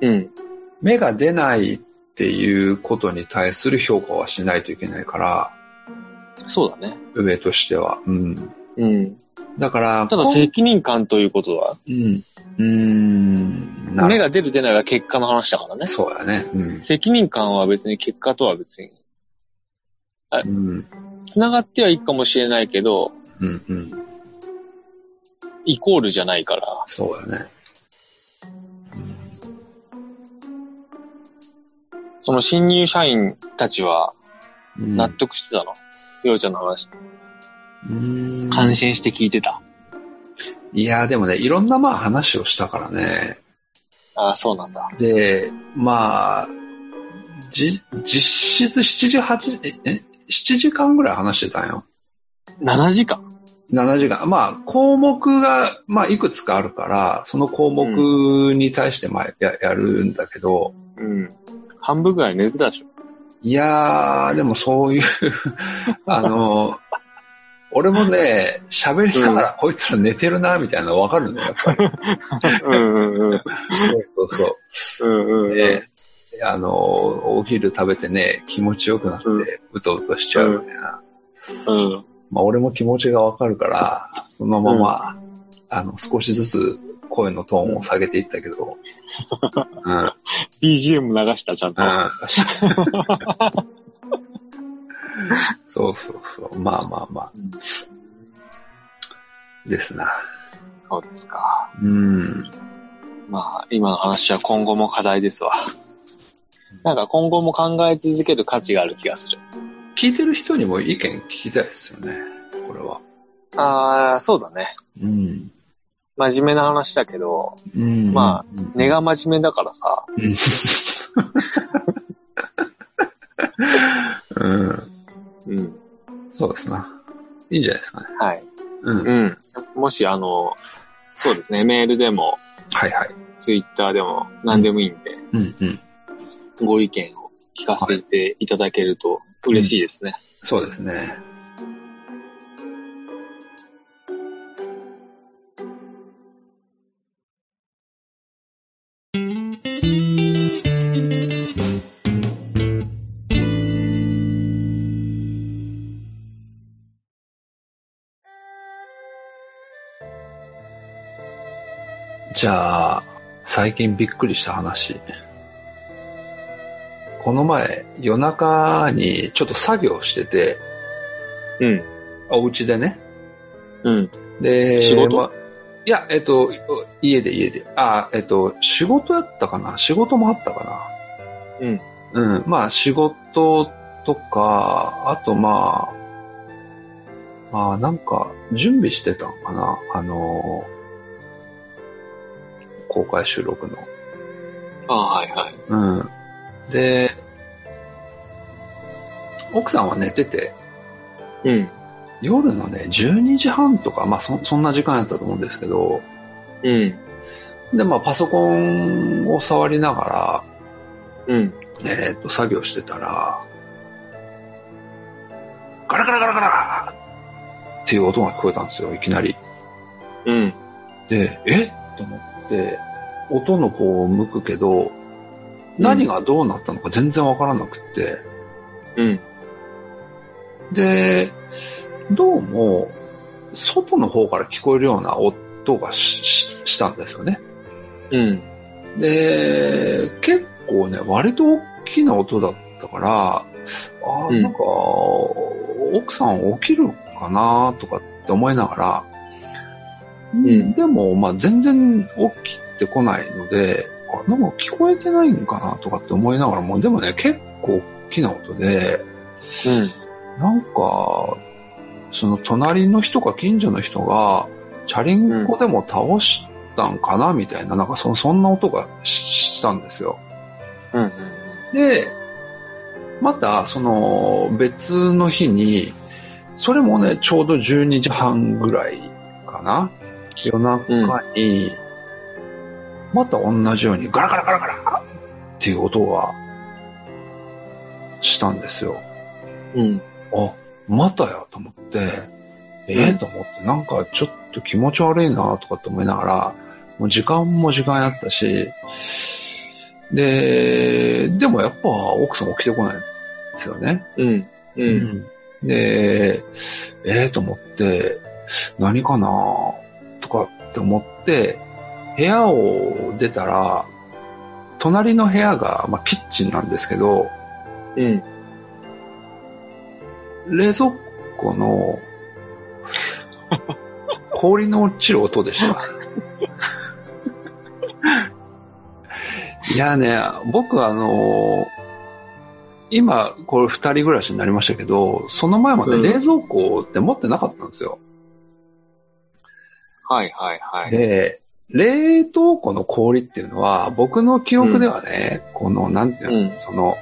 [SPEAKER 3] うん。
[SPEAKER 2] 芽が出ないっていうことに対する評価はしないといけないから、
[SPEAKER 3] そうだね。
[SPEAKER 2] 上としては。うん。
[SPEAKER 3] うん。
[SPEAKER 2] だから、
[SPEAKER 3] ただ
[SPEAKER 2] こん
[SPEAKER 3] 責任感ということは、
[SPEAKER 2] うん。うーん。なる
[SPEAKER 3] 目が出る出ないが結果の話だからね。
[SPEAKER 2] そうやね。うん。
[SPEAKER 3] 責任感は別に結果とは別に、
[SPEAKER 2] うん。
[SPEAKER 3] 繋がってはいいかもしれないけど、
[SPEAKER 2] うん。うん。
[SPEAKER 3] イコールじゃないから、
[SPEAKER 2] そうやね。
[SPEAKER 3] その新入社員たちは
[SPEAKER 2] うん
[SPEAKER 3] 納得してたの。りょうちゃんの話。
[SPEAKER 2] うーん
[SPEAKER 3] 感心して聞いてた。
[SPEAKER 2] いや、でもね、いろんなまあ話をしたからね。
[SPEAKER 3] ああ、そうなんだ。
[SPEAKER 2] で、まあ、じ、実質7時、8時、え、7時間ぐらい話してたんよ。
[SPEAKER 3] 7時間
[SPEAKER 2] 7時間。まあ、項目が、まあ、いくつかあるから、その項目に対して、まあ、や、やるんだけど、
[SPEAKER 3] うん。半分ぐらい寝てたでしょ。
[SPEAKER 2] いやー、でもそう *laughs* いう、あの、俺もね、喋りながら、こいつら寝てるな、みたいなのわかるんだよ、やっぱり。
[SPEAKER 3] うんうんうん。
[SPEAKER 2] そうそうそう。
[SPEAKER 3] うんうん。
[SPEAKER 2] で、あの、お昼食べてね、気持ちよくなって
[SPEAKER 3] うん、
[SPEAKER 2] うとうとしちゃうみたいな。
[SPEAKER 3] うん。
[SPEAKER 2] まあ、俺も気持ちがわかるから、そのまま、あの、少しずつ声のトーンを下げていったけど、 *laughs* うん、うん、 *laughs*
[SPEAKER 3] BGM 流した、ちゃんと。
[SPEAKER 2] そうそうそう、まあまあま
[SPEAKER 3] うん
[SPEAKER 2] あ、ですな。
[SPEAKER 3] そうですか。
[SPEAKER 2] うん、
[SPEAKER 3] まあ、今の話は今後も課題ですわ。なんか今後も考え続ける価値がある気がする。
[SPEAKER 2] 聞いてる人にも意見聞きたいですよね、これは。
[SPEAKER 3] ああ、そうだね。
[SPEAKER 2] うん、
[SPEAKER 3] 真面目な話だけど、
[SPEAKER 2] うん、あ、
[SPEAKER 3] ま根が真面目だからさ、
[SPEAKER 2] うん、
[SPEAKER 3] うん。
[SPEAKER 2] そうですな。いいんじゃないですかね。
[SPEAKER 3] はい。
[SPEAKER 2] うん、
[SPEAKER 3] う
[SPEAKER 2] はい
[SPEAKER 3] ん。もし、あの、そうですね、メールでも、
[SPEAKER 2] はい。
[SPEAKER 3] ツイッターでも、何でもいいんで、
[SPEAKER 2] うん、うん。
[SPEAKER 3] ご意見を聞かせていただけると嬉しいですね。
[SPEAKER 2] そうですね。じゃあ、最近びっくりした話。この前、夜中にちょっと作業してて、お家でね。
[SPEAKER 3] うん。うん。
[SPEAKER 2] で、
[SPEAKER 3] 仕事
[SPEAKER 2] まいや、えっと、家で家で。あ、えっと、仕事やったかな仕事もあったか
[SPEAKER 3] うん。
[SPEAKER 2] なうん。まあ、仕事とか、あとまあ、まあ、なんか、準備してたんかなあの、公開収録の。
[SPEAKER 3] ああ、はいはい。
[SPEAKER 2] うん。で、奥さんは寝てて、
[SPEAKER 3] うん。
[SPEAKER 2] 夜のね、12時半とか、まあそ、そんな時間やったと思うんですけど、
[SPEAKER 3] うん。
[SPEAKER 2] で、まあ、パソコンを触りなが
[SPEAKER 3] うん。
[SPEAKER 2] ら、えーっと、作業してたら、ガラガラガラガラっていう音が聞こえたんですよ、いきなり。
[SPEAKER 3] うん。
[SPEAKER 2] で、えと思って、音の方を向くけど、何がどうなったのか全然わからなくって、
[SPEAKER 3] うん。
[SPEAKER 2] で、どうも、外の方から聞こえるような音がしししたんですよね。
[SPEAKER 3] うん。
[SPEAKER 2] で、結構ね、割と大きな音だったから、あ
[SPEAKER 3] う
[SPEAKER 2] ー
[SPEAKER 3] ん
[SPEAKER 2] なんか、奥さん起きるかなとかって思いながら、
[SPEAKER 3] ん
[SPEAKER 2] でも、まあ、全然起きてこないので、あなんか聞こえてないんかなとかって思いながらも、でもね、結構大きな音で、
[SPEAKER 3] うん。
[SPEAKER 2] なんか、その隣の人か近所の人が、チャリンコでも倒したんかなみたいな、なんかそそんな音がししたんですよ。
[SPEAKER 3] うん。
[SPEAKER 2] で、また、その別の日に、それもね、ちょうど12時半ぐらいかな夜中に、また同じようにガラガラガラガラっていう音がしたんですよ。
[SPEAKER 3] うん。
[SPEAKER 2] あ、またやと思って、ええと思って、なんかちょっと気持ち悪いなとかって思いながら、もう時間も時間やったし、で、でもやっぱ奥さん起きてこないんですよね。
[SPEAKER 3] うん。う。
[SPEAKER 2] うんんで、ええと思って、何かなとかって思って、部屋を出たら、隣の部屋が、まあ、キッチンなんですけど、
[SPEAKER 3] うん。
[SPEAKER 2] 冷蔵庫の氷の落ちる音で
[SPEAKER 3] *laughs*
[SPEAKER 2] した。いやね、僕あの、今、これ二人暮らしになりましたけど、その前まで
[SPEAKER 3] うん
[SPEAKER 2] 冷蔵庫って持ってなかったんですよ。
[SPEAKER 3] はいはいはい。
[SPEAKER 2] で、冷凍庫の氷っていうのは、僕の記憶ではね、この、なんていうの、
[SPEAKER 3] う
[SPEAKER 2] その、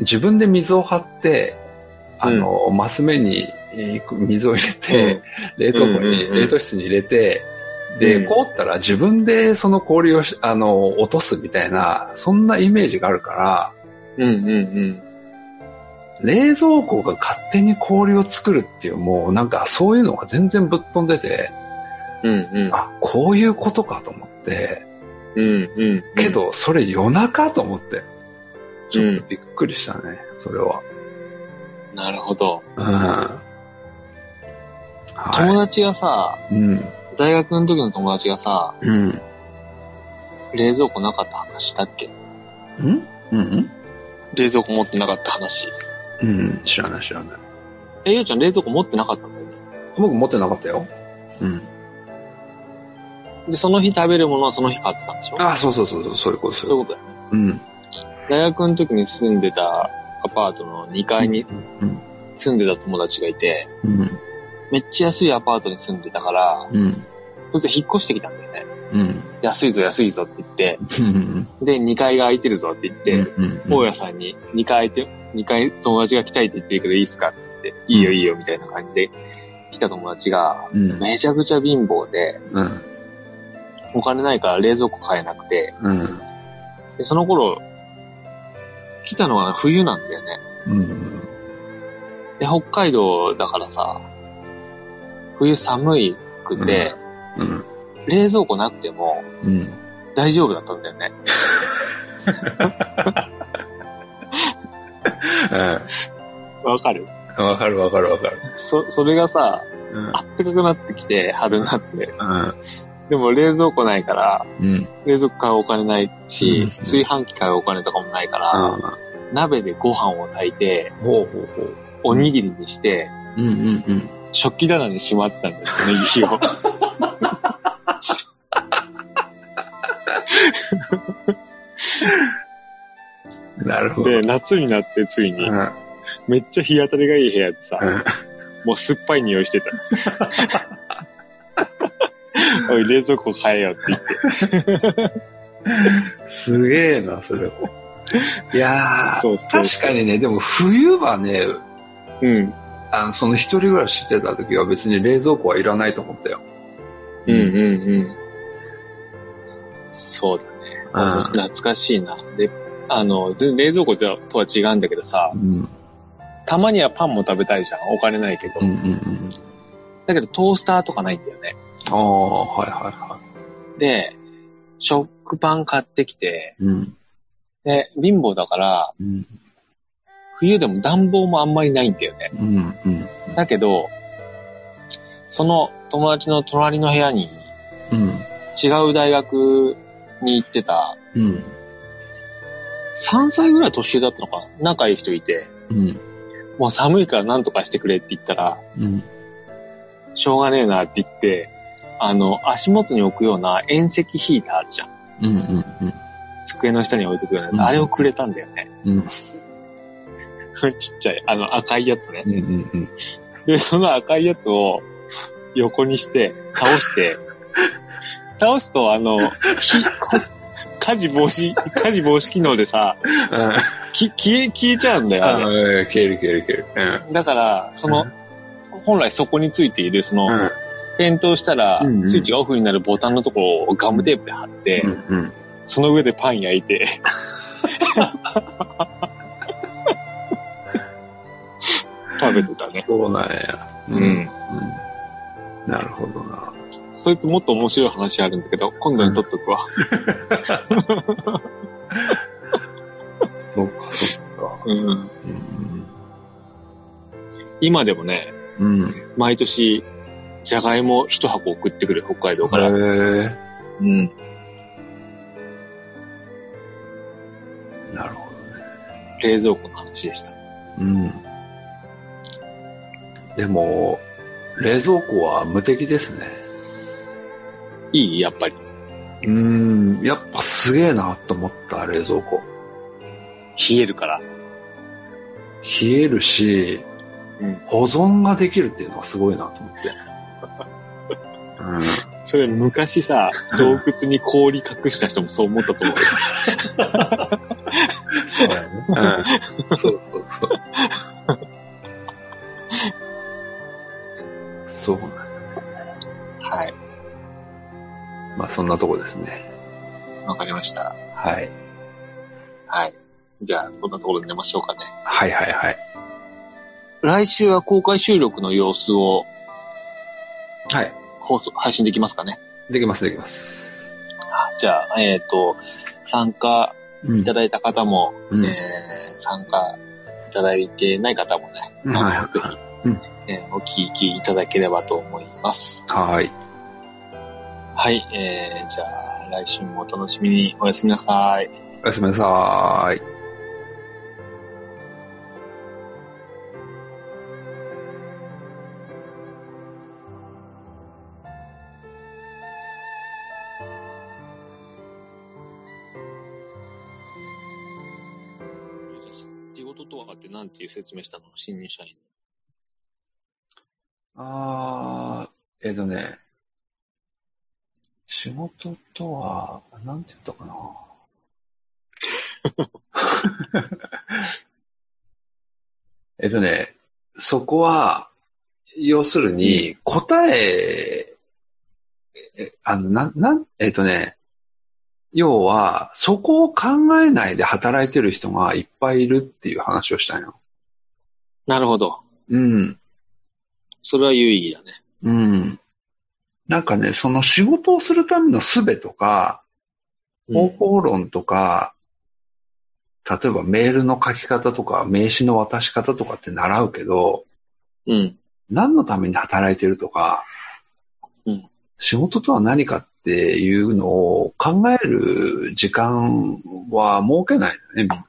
[SPEAKER 2] 自分で水を張って、あの、マス目にえー水を入れて、冷凍庫に、
[SPEAKER 3] うんうんうん
[SPEAKER 2] 冷凍室に入れて、で、
[SPEAKER 3] うん
[SPEAKER 2] 凍ったら自分でその氷をし、あの、落とすみたいな、そんなイメージがあるから、
[SPEAKER 3] うんうん
[SPEAKER 2] 冷蔵庫が勝手に氷を作るっていう、もうなんかそういうのが全然ぶっ飛んでて、
[SPEAKER 3] うん。うんうん。
[SPEAKER 2] あ、こういうことかと思って、
[SPEAKER 3] うんうん。
[SPEAKER 2] け、ど、それ夜中と思って、ちょっとびっくりしたね、それは。
[SPEAKER 3] なるほど。
[SPEAKER 2] うん。は
[SPEAKER 3] 友達がさ、
[SPEAKER 2] い。うん。
[SPEAKER 3] 大学の時の友達がさ、
[SPEAKER 2] うん。ん
[SPEAKER 3] 冷蔵庫なかった話したっけ
[SPEAKER 2] うん
[SPEAKER 3] 冷蔵庫持ってなかった話。
[SPEAKER 2] うん。知らない知らない。
[SPEAKER 3] え、ゆうちゃん冷蔵庫持ってなかったんだよね。
[SPEAKER 2] 僕持ってなかったよ。うん。
[SPEAKER 3] で、その日食べるものはその日買ってたんでしょ
[SPEAKER 2] あ、そうそうそうそう、そういうこと
[SPEAKER 3] そう
[SPEAKER 2] う。
[SPEAKER 3] いうことだよね。
[SPEAKER 2] うん。
[SPEAKER 3] 大学の時に住んでたアパートの2階に
[SPEAKER 2] うん。
[SPEAKER 3] 住んでた友達がいて、
[SPEAKER 2] うん。
[SPEAKER 3] めっちゃ安いアパートに住んでたから、
[SPEAKER 2] うん。
[SPEAKER 3] そいつ引っ越してきたんだよね。
[SPEAKER 2] うん。
[SPEAKER 3] 安いぞ安いぞって言って、
[SPEAKER 2] うん。
[SPEAKER 3] で、2階が空いてるぞって言って、
[SPEAKER 2] うん。
[SPEAKER 3] 大家さんに2階空いて、2階友達が来たいって言ってるけどいいっすかって言って、いいよいいよみたいな感じで来た友達が、
[SPEAKER 2] うん。うん。
[SPEAKER 3] めちゃくちゃ貧乏で、
[SPEAKER 2] うん。
[SPEAKER 3] お金ないから冷蔵庫買えなくて、
[SPEAKER 2] うん。
[SPEAKER 3] で、その頃、来たのは冬なんだよね。
[SPEAKER 2] うん。
[SPEAKER 3] で、北海道だからさ、冬寒いくて、
[SPEAKER 2] うん。
[SPEAKER 3] 冷蔵庫なくても
[SPEAKER 2] うん。
[SPEAKER 3] 大丈夫だったんだよね。わかる
[SPEAKER 2] わかるわかるわかる。
[SPEAKER 3] そ、それがさ、
[SPEAKER 2] うん
[SPEAKER 3] あ。ったかくなってきて、春になっ
[SPEAKER 2] う
[SPEAKER 3] て。
[SPEAKER 2] ん。
[SPEAKER 3] でも冷蔵庫ないから、
[SPEAKER 2] うん。
[SPEAKER 3] 冷蔵庫買うお金ないし、
[SPEAKER 2] うん
[SPEAKER 3] 炊飯器買うお金とかもないから、鍋でご飯を炊いて、
[SPEAKER 2] ほうほうほう。
[SPEAKER 3] おにぎりにして、
[SPEAKER 2] うんうんうん。
[SPEAKER 3] 食器棚にしまってたんだよ、ね、石を。
[SPEAKER 2] なるほど。
[SPEAKER 3] で、夏になってついに、めっちゃ日当たりがいい部屋ってさ、もう酸っぱい匂いしてた。 *laughs* おい、冷蔵庫買えよって言って。
[SPEAKER 2] すげえな、それ。いやー
[SPEAKER 3] そうそう
[SPEAKER 2] 確かにね、でも冬はね、
[SPEAKER 3] うん。
[SPEAKER 2] あのその一人暮らししてた時は別に冷蔵庫はいらないと思ったよ。
[SPEAKER 3] うんうんうん。そうだね。
[SPEAKER 2] うん
[SPEAKER 3] 懐かしいな。で、あの、全冷蔵庫とはとは違うんだけどさ
[SPEAKER 2] う、ん。
[SPEAKER 3] たまにはパンも食べたいじゃん。お金ないけど。
[SPEAKER 2] うんうんうん。
[SPEAKER 3] だけどトースターとかないんだよね。
[SPEAKER 2] ああ、はいはいは
[SPEAKER 3] で、食パン買ってきて、
[SPEAKER 2] い。うん。
[SPEAKER 3] で、貧乏だから、
[SPEAKER 2] うん。
[SPEAKER 3] 冬でも暖房もあんまりないんだよね。
[SPEAKER 2] うんうん。
[SPEAKER 3] だけど、その友達の隣の部屋に
[SPEAKER 2] うん。
[SPEAKER 3] 違う大学に行ってた、
[SPEAKER 2] うん。
[SPEAKER 3] 3歳ぐらい年上だったのかな仲いい人いて、
[SPEAKER 2] うん。
[SPEAKER 3] もう寒いから何とかしてくれって言ったら、
[SPEAKER 2] うん。
[SPEAKER 3] しょうがねえなって言って、あの、足元に置くような遠赤ヒーターあるじゃん。
[SPEAKER 2] うんうん
[SPEAKER 3] 机の下に置いとくよう
[SPEAKER 2] うん
[SPEAKER 3] な、あれをくれたんだよね。
[SPEAKER 2] うん。うん。
[SPEAKER 3] *laughs* ちっちゃい、あの赤いやつね。
[SPEAKER 2] うんうんうん。
[SPEAKER 3] で、その赤いやつを横にして、倒
[SPEAKER 2] *laughs*
[SPEAKER 3] して、倒すと、あの、火、こ火事防止、火事防止機能でさ、き消え、消えちゃうんだよ、
[SPEAKER 2] あ
[SPEAKER 3] あれ。
[SPEAKER 2] あ、消える消える消える。
[SPEAKER 3] だから、その、本来そこについている、そ
[SPEAKER 2] うん。
[SPEAKER 3] の、
[SPEAKER 2] うん。
[SPEAKER 3] 点灯したら
[SPEAKER 2] うんう、ん
[SPEAKER 3] スイッチがオフになるボタンのところをガムテープで貼って、
[SPEAKER 2] うんうん。
[SPEAKER 3] その上でパン焼い
[SPEAKER 2] *laughs*
[SPEAKER 3] て、食べてたね。
[SPEAKER 2] そうなんや。
[SPEAKER 3] う。ん。
[SPEAKER 2] うん、なるほどな。
[SPEAKER 3] そいつもっと面白い話あるんだけど、今度に撮っとくわ。
[SPEAKER 2] そっかそっか。
[SPEAKER 3] うん。
[SPEAKER 2] う
[SPEAKER 3] 今でもね、
[SPEAKER 2] ん。うん。
[SPEAKER 3] 毎年、じゃがいも一箱送ってくる、北海道から。
[SPEAKER 2] へえ
[SPEAKER 3] うん。
[SPEAKER 2] なるほどね。
[SPEAKER 3] 冷蔵庫の話でした。
[SPEAKER 2] うん。でも、冷蔵庫は無敵ですね。
[SPEAKER 3] いいやっぱり。
[SPEAKER 2] うん。やっぱすげえなと思った、冷蔵庫。
[SPEAKER 3] 冷えるから。
[SPEAKER 2] 冷えるし、
[SPEAKER 3] うん。
[SPEAKER 2] 保存ができるっていうのがすごいなと思って。うん。
[SPEAKER 3] それ昔さ、洞窟に氷隠した人もそう思ったと思う。
[SPEAKER 2] そうやね。 *laughs* うん。そうそうそう。そうなんや
[SPEAKER 3] はい。
[SPEAKER 2] まあそんなとこですね。
[SPEAKER 3] わかりました。
[SPEAKER 2] はい。
[SPEAKER 3] はい。じゃあ、こんなところで寝ましょうかね。
[SPEAKER 2] はいはいはい。
[SPEAKER 3] 来週は公開収録の様子を
[SPEAKER 2] はい。
[SPEAKER 3] 放送、配信できますかね。
[SPEAKER 2] できますできます。
[SPEAKER 3] じゃあ、えっ、と、参加
[SPEAKER 2] うん
[SPEAKER 3] いただいた方も、
[SPEAKER 2] うん
[SPEAKER 3] えー参加いただいてない方もね、
[SPEAKER 2] はい
[SPEAKER 3] ぜひ、
[SPEAKER 2] うん
[SPEAKER 3] えーお聞きいただければと思います。
[SPEAKER 2] はい。
[SPEAKER 3] はい、えー、じゃあ、来週もお楽しみに。おやすみなさい。
[SPEAKER 2] おやすみなさーい。
[SPEAKER 3] 仕事とはってなんていう説明したの新入社員。
[SPEAKER 2] あー、えっ、とね、仕事とは、なんて言ったかな。えっとね、そこは、要するに、答え、えあの、なん、なん、えっとね、要は、そこを考えないで働いてる人がいっぱいいるっていう話をしたんよ。
[SPEAKER 3] なるほど。
[SPEAKER 2] うん。
[SPEAKER 3] それは有意義だね。
[SPEAKER 2] うん。なんかね、その仕事をするための術とか、方向論とか、例えばメールの書き方とか、名刺の渡し方とかって習うけど、
[SPEAKER 3] うん。
[SPEAKER 2] 何のために働いてるとか、
[SPEAKER 3] うん
[SPEAKER 2] 仕事とは何かっていうのを考える時間は設けないんだね、みんな。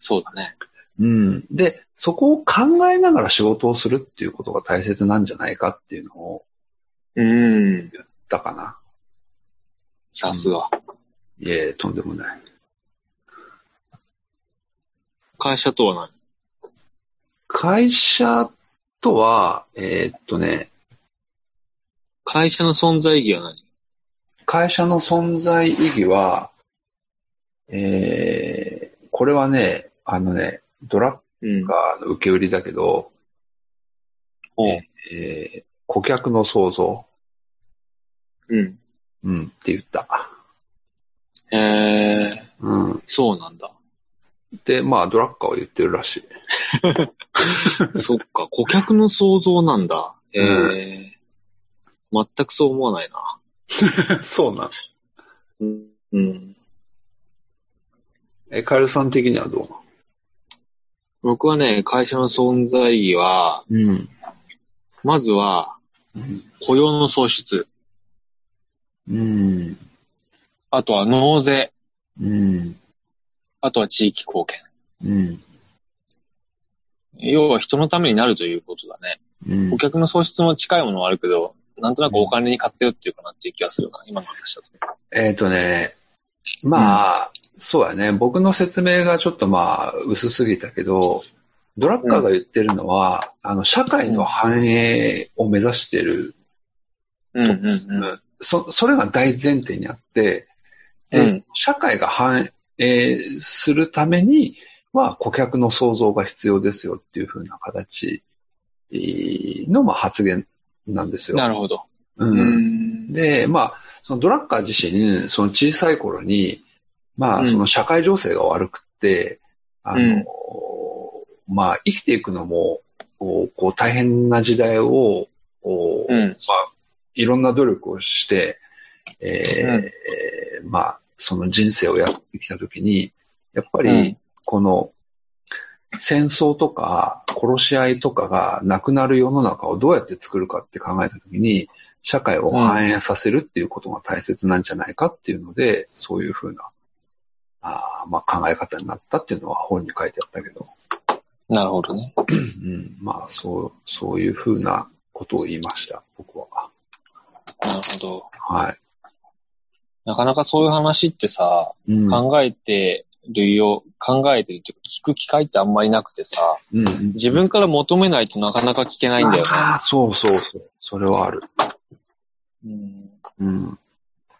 [SPEAKER 3] そうだね。
[SPEAKER 2] うん。で、そこを考えながら仕事をするっていうことが大切なんじゃないかっていうのを
[SPEAKER 3] うん。
[SPEAKER 2] 言ったかな。
[SPEAKER 3] さすが。
[SPEAKER 2] いえ、とんでもない。
[SPEAKER 3] 会社とは何
[SPEAKER 2] 会社とは、えーっとね、
[SPEAKER 3] 会社の存在意義は何
[SPEAKER 2] 会社の存在意義は、えー、これはね、あのね、ドラ
[SPEAKER 3] うん
[SPEAKER 2] ッカーの受け売りだけど、
[SPEAKER 3] おう
[SPEAKER 2] えー、顧客の創造、
[SPEAKER 3] うん。
[SPEAKER 2] うん、って言った。
[SPEAKER 3] えー、
[SPEAKER 2] うん。
[SPEAKER 3] そうなんだ。
[SPEAKER 2] で、まあ、ドラッカーは言ってるらしい。
[SPEAKER 3] *laughs* そっか、顧客の想像なんだ。えー、全くそう思わないな。
[SPEAKER 2] *laughs* そうなん。
[SPEAKER 3] うん。
[SPEAKER 2] え、カエルさん的にはど
[SPEAKER 3] 僕はね、会社の存在意義は、
[SPEAKER 2] ううん。
[SPEAKER 3] まずは、雇用の創出。
[SPEAKER 2] うん。
[SPEAKER 3] あとは納税。
[SPEAKER 2] うん。
[SPEAKER 3] あとは地域貢献。
[SPEAKER 2] うん。
[SPEAKER 3] 要は人のためになるということだね。
[SPEAKER 2] うん
[SPEAKER 3] 顧。客の創出も近いものはあるけど、なんとなくお金に買ってよっていうかなっていう気がするな、今の話だと。
[SPEAKER 2] えっ、とね、まあ、そうやね。僕の説明がちょっとまあ、薄すぎたけど、ドラッカーが言ってるのは、あの、社会の繁栄を目指してる。
[SPEAKER 3] うんうんうん。
[SPEAKER 2] そ、それが大前提にあって、で
[SPEAKER 3] うん
[SPEAKER 2] 社会が繁栄するためには、顧客の創造が必要ですよっていう風な形えーの、まあ、発言なんですよ。
[SPEAKER 3] なるほど。
[SPEAKER 2] う、
[SPEAKER 3] うんん。
[SPEAKER 2] で、まあ、そのドラッカー自身、その小さい頃に、ま
[SPEAKER 3] う
[SPEAKER 2] あ、
[SPEAKER 3] ん
[SPEAKER 2] その社会情勢が悪くって、あの、
[SPEAKER 3] うん
[SPEAKER 2] まあ、生きていくのも、こうこう大変な時代を、こう
[SPEAKER 3] うん。
[SPEAKER 2] まあ、いろんな努力をして、えー
[SPEAKER 3] うん
[SPEAKER 2] えーまあ、その人生をやってきたときに、やっぱ
[SPEAKER 3] う
[SPEAKER 2] り
[SPEAKER 3] ん、
[SPEAKER 2] この、戦争とか殺し合いとかがなくなる世の中をどうやって作るかって考えたときに、社会を反映させるっていうことが大切なんじゃないかっていうので、そういうふうな、あーまあ、考え方になったっていうのは本に書いてあったけど、
[SPEAKER 3] なるほどね。
[SPEAKER 2] うん、まあ、そう、そういうふうなことを言いました、僕は。
[SPEAKER 3] なるほど。
[SPEAKER 2] は
[SPEAKER 3] なかなかそういう話ってさ、
[SPEAKER 2] い。うん
[SPEAKER 3] 考えてるよ、考えてるっていうか聞く機会ってあんまりなくてさ、
[SPEAKER 2] うん。
[SPEAKER 3] 自分から求めないとなかなか聞けないんだよね。
[SPEAKER 2] ああ、そうそうそう。それはある。
[SPEAKER 3] うん
[SPEAKER 2] うん。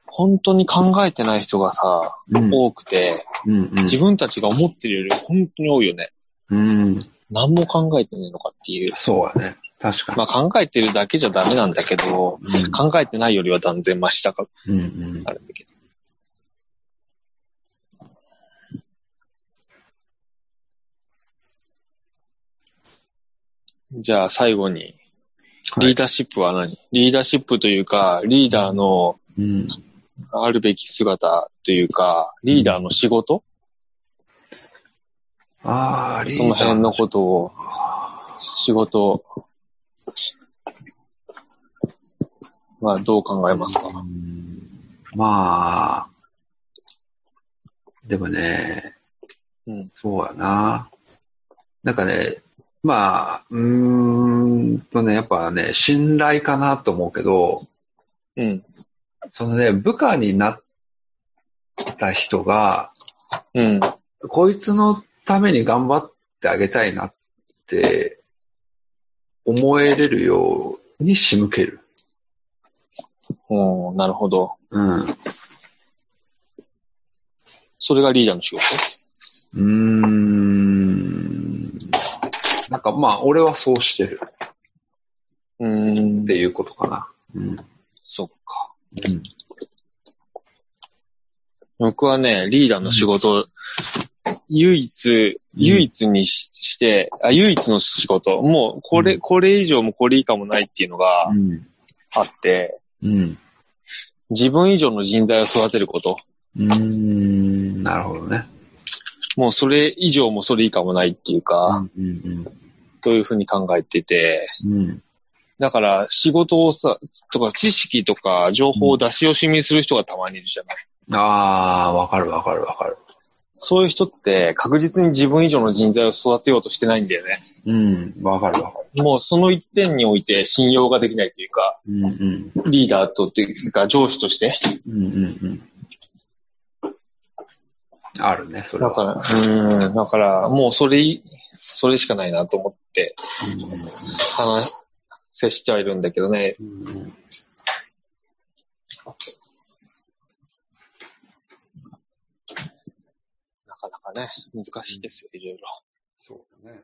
[SPEAKER 3] 本当に考えてない人がさ、
[SPEAKER 2] うん。
[SPEAKER 3] 多くて、
[SPEAKER 2] うん。うん
[SPEAKER 3] 自分たちが思ってるより本当に多いよね。
[SPEAKER 2] うん。
[SPEAKER 3] 何も考えてないのかっていう。
[SPEAKER 2] そうやね。確かに。
[SPEAKER 3] まあ考えてるだけじゃダメなんだけど、考えてないよりは断然マシだか
[SPEAKER 2] うん。うん。うん
[SPEAKER 3] らあるんだけど。じゃあ最後に、リーダーシップは何、リーダーシップというか、リーダーの
[SPEAKER 2] うん。
[SPEAKER 3] あるべき姿というか、リーダーの仕事、
[SPEAKER 2] ああ、リーダー
[SPEAKER 3] その辺のことを、
[SPEAKER 2] あ
[SPEAKER 3] 仕事を、まあ、どう考えます
[SPEAKER 2] ー
[SPEAKER 3] か
[SPEAKER 2] うんまあ、でもね、
[SPEAKER 3] うん。
[SPEAKER 2] そうやな。なんかね、まあ、うーんとね、やっぱね、信頼かなと思うけど、
[SPEAKER 3] うん。
[SPEAKER 2] そのね、部下になった人が、
[SPEAKER 3] うん。
[SPEAKER 2] こいつのために頑張ってあげたいなって思えれるように仕向ける。
[SPEAKER 3] おーなるほど。
[SPEAKER 2] うん。う
[SPEAKER 3] それがリーダーの仕事
[SPEAKER 2] ーん。なんかまあ、俺はそうしてる
[SPEAKER 3] うーん
[SPEAKER 2] って。いうことかな。うん。
[SPEAKER 3] そっか。僕はね、リーダーの仕事、唯一、唯一にしして、あ、唯一の仕事、もう、これ、これ以上もこれ以下もないっていうのが
[SPEAKER 2] うん。
[SPEAKER 3] あって、
[SPEAKER 2] うん。
[SPEAKER 3] 自分以上の人材を育てること。
[SPEAKER 2] うん。うん。なるほどね。
[SPEAKER 3] もうそれ以上もそれ以下もないっていうか、
[SPEAKER 2] うん。
[SPEAKER 3] というふうに考えてて、
[SPEAKER 2] うん。
[SPEAKER 3] だから仕事をさ、とか知識とか情報を出し惜しみする人がたまにいるじゃない。
[SPEAKER 2] ああー、わかるわかるわかる。
[SPEAKER 3] そういう人って確実に自分以上の人材を育てようとしてないんだよね。
[SPEAKER 2] うん。わかるわかる。
[SPEAKER 3] もうその一点において信用ができないというか、
[SPEAKER 2] うんうん。
[SPEAKER 3] リーダーとっていうか上司として。
[SPEAKER 2] うんうんうん。あるね、それ
[SPEAKER 3] だ
[SPEAKER 2] は。
[SPEAKER 3] から、うーん、だからもうそれい、それしかないなと思って話、接してはいるんだけどね。
[SPEAKER 2] うんうんうん
[SPEAKER 3] なかなかね、難しいですよ、いろいろ。
[SPEAKER 2] そうだね。